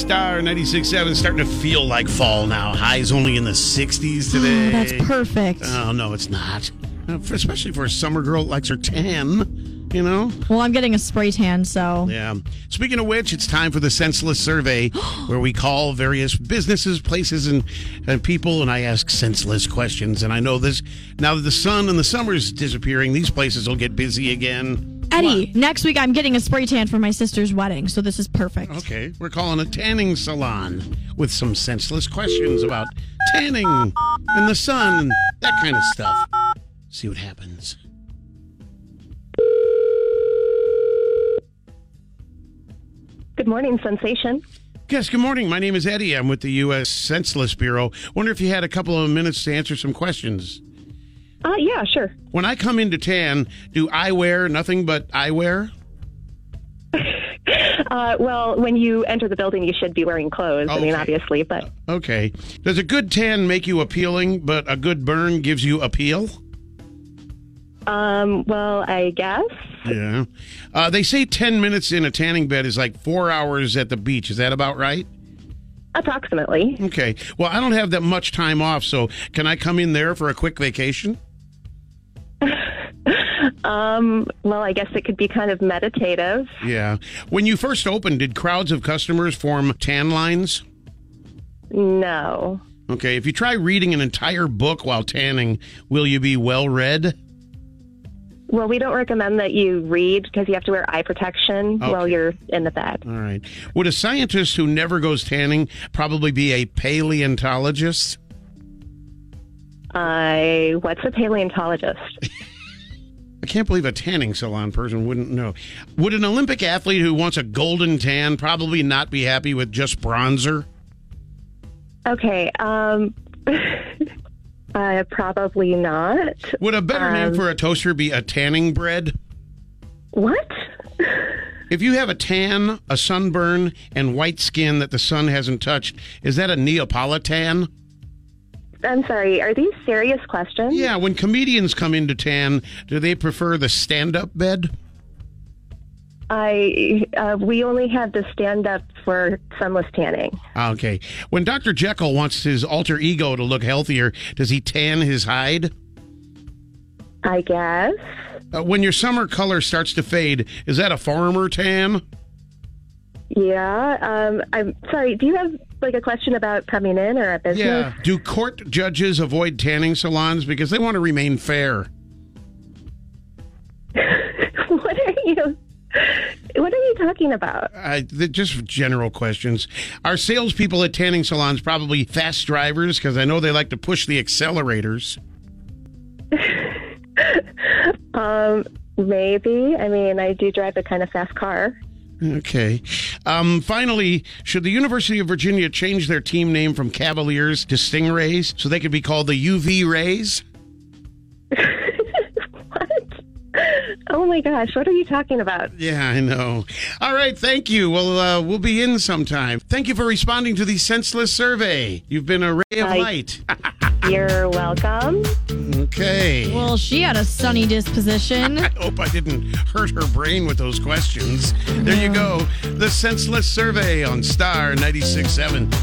Star 96.7. Starting to feel like fall now. Highs only in the 60s today. Ah, That's perfect. Oh, no, it's not. Uh, for- Especially for a summer girl that likes her tan, you know? Well, I'm getting a spray tan, so Yeah. Speaking of which, it's time for the senseless survey where we call various businesses, places, and, and people, and I ask senseless questions. And I know this now that the sun and the summer's disappearing, these places will get busy again. Eddie, next week I'm getting a spray tan for my sister's wedding, so this is perfect. Okay, we're calling a tanning salon with some senseless questions about tanning and the sun, that kind of stuff. See what happens. Good morning, Sensation. Yes, good morning. My name is Eddie. I'm with the U.S. Senseless Bureau. Wonder if you had a couple of minutes to answer some questions. Uh, yeah, sure. When I come into tan, do I wear nothing but eyewear? Uh, well, when you enter the building, you should be wearing clothes. I mean, Okay. obviously, but Okay. Does a good tan make you appealing, but a good burn gives you appeal? um, well, I guess. Yeah. Uh, they say 10 minutes in a tanning bed is like four hours at the beach. Is that about right? Approximately. Okay. Well, I don't have that much time off, so can I come in there for a quick vacation? Um, well, I guess it could be kind of meditative. Yeah. When you first opened, did crowds of customers form tan lines? No. Okay. If you try reading an entire book while tanning, will you be well read? Well, we don't recommend that you read because you have to wear eye protection while Okay. you're in the bed. All right. Would a scientist who never goes tanning probably be a paleontologist? I what's a paleontologist? I can't believe a tanning salon person wouldn't know. Would an Olympic athlete who wants a golden tan probably not be happy with just bronzer? Okay. Um, uh, probably not. Would a better name for a toaster be a tanning bread? What? If you have a tan, a sunburn, and white skin that the sun hasn't touched, is that a Neapolitan? I'm sorry. Are these serious questions? Yeah, when comedians come into tan, do they prefer the stand up bed? I uh, we only have the stand up for sunless tanning. Ah, Okay. When Dr. Jekyll wants his alter ego to look healthier, does he tan his hide? I guess. Uh, when your summer color starts to fade, is that a farmer tan? Yeah. Um, I'm sorry. Do you have like a question about coming in or a business? Do court judges avoid tanning salons because they want to remain fair? what are you? What are you talking about? I, th- just general questions. Are salespeople at tanning salons probably fast drivers? Because I know they like to push the accelerators. Um, maybe. I mean, I do drive a kind of fast car. Okay. Um, finally, should the University of Virginia change their team name from Cavaliers to Stingrays so they could be called the UV Rays? What? Oh my gosh! What are you talking about? Yeah, I know. All right, thank you. Well, uh, we'll be in sometime. Thank you for responding to the senseless survey. You've been a ray of Bye. light. You're welcome. Okay. Well, she had a sunny disposition. I hope I didn't hurt her brain with those questions. There you go. The senseless survey on Star 96.7.